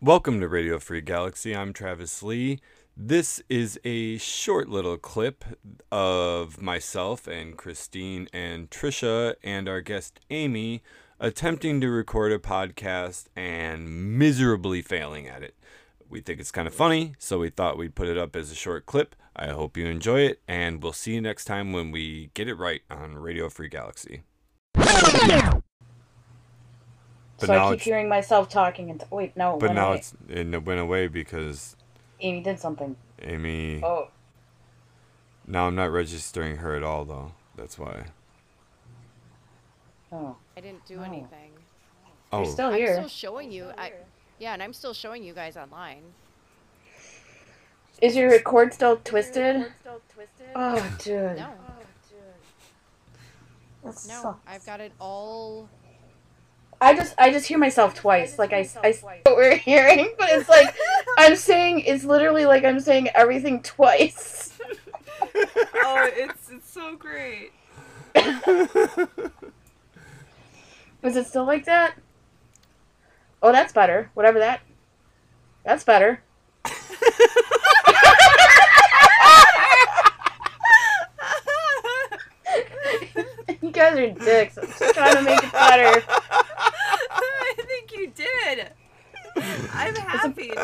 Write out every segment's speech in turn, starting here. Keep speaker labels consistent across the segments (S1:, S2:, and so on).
S1: Welcome to Radio Free Galaxy. I'm Travis Lee. This is a short little clip of myself and Christine and Trisha and our guest Amy attempting to record a podcast and miserably failing at it. We think it's kind of funny, so we thought we'd put it up as a short clip. I hope you enjoy it, and we'll see you next time when we get it right on Radio Free Galaxy. But
S2: so
S1: now
S2: I keep
S1: it's-
S2: hearing myself talking and wait, no, it
S1: But
S2: went
S1: now
S2: away.
S1: it's it went away because
S2: Amy did something.
S1: Amy.
S2: Oh,
S1: Now I'm not registering her at all, though. That's why.
S2: oh.
S3: I didn't do
S2: No.
S3: anything.
S1: Oh,
S2: You're still
S3: I'm
S2: here.
S3: still showing you.
S4: Oh,
S3: I, yeah, and I'm still showing you guys online.
S2: Is your record still twisted? Oh, dude.
S3: No,
S2: That
S3: no,
S2: sucks.
S3: I've got it all.
S2: I just I just hear myself twice. Like I, s- I s- what we're hearing, but it's like I'm saying it's literally like I'm saying everything twice.
S4: oh, it's it's so great.
S2: Is it still like that? Oh, that's better. Whatever that. That's better. you guys are dicks. I'm just trying to make it better.
S4: I think you did. I'm happy.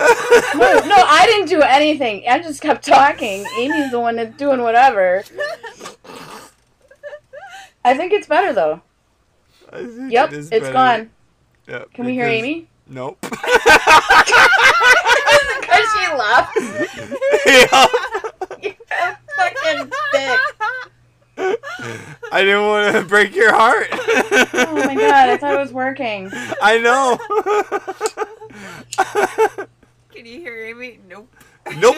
S2: No, no, I didn't do anything. I just kept talking. Amy's the one that's doing whatever. I think it's better though.
S1: I think
S2: Yep,
S1: it
S2: it's
S1: is better.
S2: gone.
S1: Yeah,
S2: Can we hear
S1: because-
S2: Amy?
S1: Nope.
S2: Because she left. Fucking dick.
S1: I didn't want to break your heart.
S2: Oh my god, I thought it was working.
S1: I know.
S4: Can you hear Amy? Nope.
S1: nope.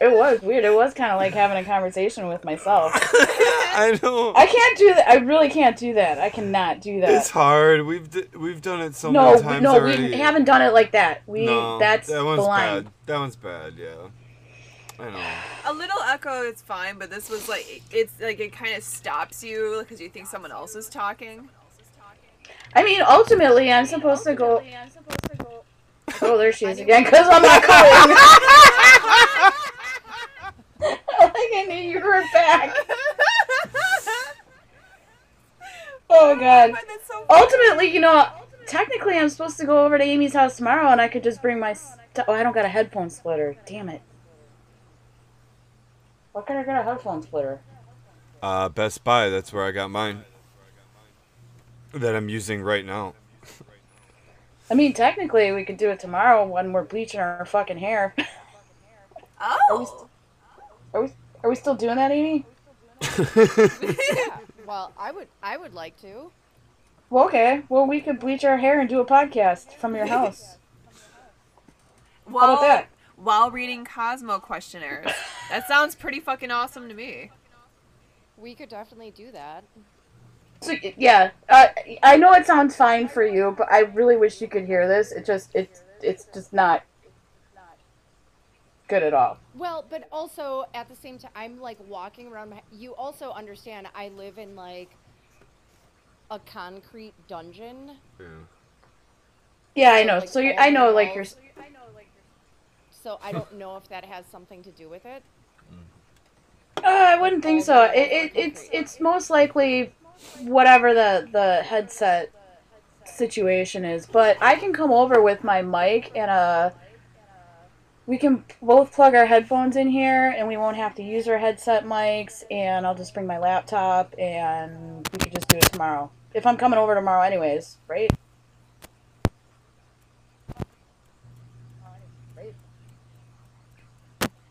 S2: It was weird. It was kind of like having a conversation with myself.
S1: I know.
S2: I can't do that. I really can't do that. I cannot do that.
S1: It's hard. We've d- we've done it so
S2: no,
S1: many
S2: we-
S1: times
S2: no,
S1: already.
S2: we haven't done it like that. We
S1: No,
S2: that's
S1: that one's
S2: blind.
S1: bad. That one's bad. Yeah. I know.
S4: A little echo is fine, but this was like it's like it kind of stops you because you think someone else is talking.
S2: I mean, ultimately, I'm supposed to go. Oh, there she is again. Because I'm not calling. like I knew you were back. Oh god. Oh.
S4: But that's so
S2: Ultimately, you know, technically, I'm supposed to go over to Amy's house tomorrow, and I could just bring my. St- oh, I don't got a headphone splitter. Damn it. Why could I get a headphone splitter?
S1: Uh, Best Buy. That's where I got mine. That I'm using right now.
S2: I mean, technically, we could do it tomorrow when we're bleaching our fucking hair.
S4: Oh.
S2: Are we still doing that, Amy?
S3: Yeah. well, I would. I would like to.
S2: Well, okay. Well, we could bleach our hair and do a podcast from your house. How
S4: While,
S2: about that?
S4: while reading Cosmo questionnaires. That sounds pretty fucking awesome to me.
S3: We could definitely do that.
S2: So y- yeah, uh, I know it sounds fine for you, but I really wish you could hear this. It just it's it's just not good at all.
S3: Well, but also at the same time, I'm like walking around. My, you also understand I live in like a concrete dungeon.
S2: Yeah, I know. So you I know like you're.
S3: So I don't know if that has something to do with it.
S2: Uh, I wouldn't think so. It, it it's it's most likely whatever the the headset situation is. But I can come over with my mic and a. We can both plug our headphones in here, and we won't have to use our headset mics. And I'll just bring my laptop, and we could just do it tomorrow. If I'm coming over tomorrow, anyways, right?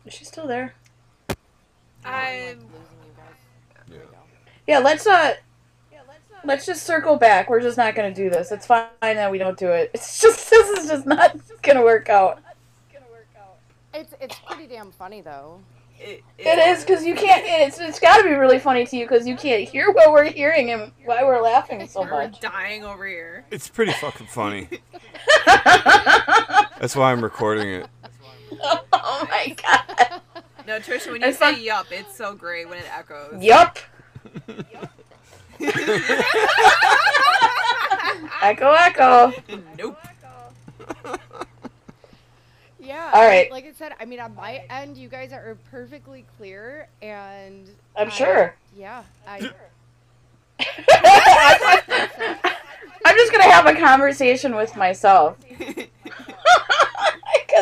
S2: Is she still there?
S4: I'm
S3: Losing you guys.
S1: Yeah.
S2: Yeah, let's uh let's just circle back. We're just not gonna do this. It's fine that we don't do it. It's just this is just not gonna work out.
S3: It's it's pretty damn funny though.
S4: It,
S2: It is because you can't. It's it's got to be really funny to you because you can't hear what we're hearing and why we're laughing so
S4: We're
S2: much.
S4: dying over here.
S1: It's pretty fucking funny. That's why I'm recording it.
S2: oh my god.
S4: No, Trisha, when you
S2: It's not-
S4: say yup, it's so great when it echoes.
S2: Yup. Echo, echo.
S4: nope.
S3: Yeah.
S2: All right.
S3: Like I said, I mean, on my end, you guys are perfectly clear, and
S2: I'm
S3: I-
S2: sure.
S3: Yeah. I,
S2: I'm just gonna have a conversation with myself because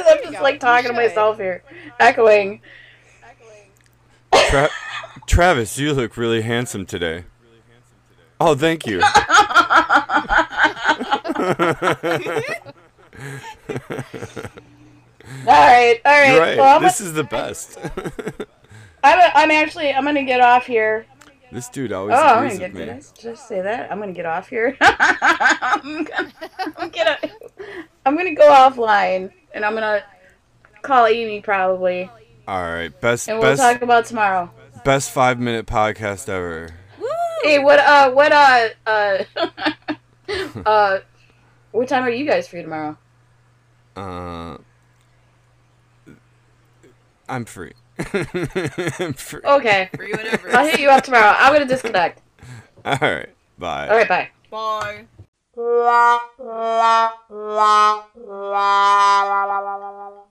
S2: I'm just
S3: go.
S2: like talking to
S3: You should.
S2: myself here, echoing.
S1: Tra- Travis, you look really handsome today. Oh, thank you.
S2: All right, all right.
S1: You're right.
S2: Well, I'm,
S1: this
S2: gonna-
S1: is the best.
S2: I'm, I'm actually I'm gonna get off here.
S1: this dude always
S2: Oh, I'm gonna
S1: agrees
S2: get
S1: with
S2: did I
S1: me.
S2: just say that? I'm gonna get off here. I'm gonna I'm gonna I'm gonna go offline and I'm gonna call Amy probably
S1: All right, best
S2: and we'll
S1: best
S2: talk about tomorrow.
S1: best five minute podcast ever.
S2: Hey, what uh what uh uh uh what time are you guys free tomorrow?
S1: Uh, I'm free. I'm free.
S2: Okay.
S4: Free whenever.
S2: I'll hit you up tomorrow. I'm gonna disconnect.
S1: All right, bye.
S2: All right, bye.
S4: Bye.
S5: la la la la la la la la la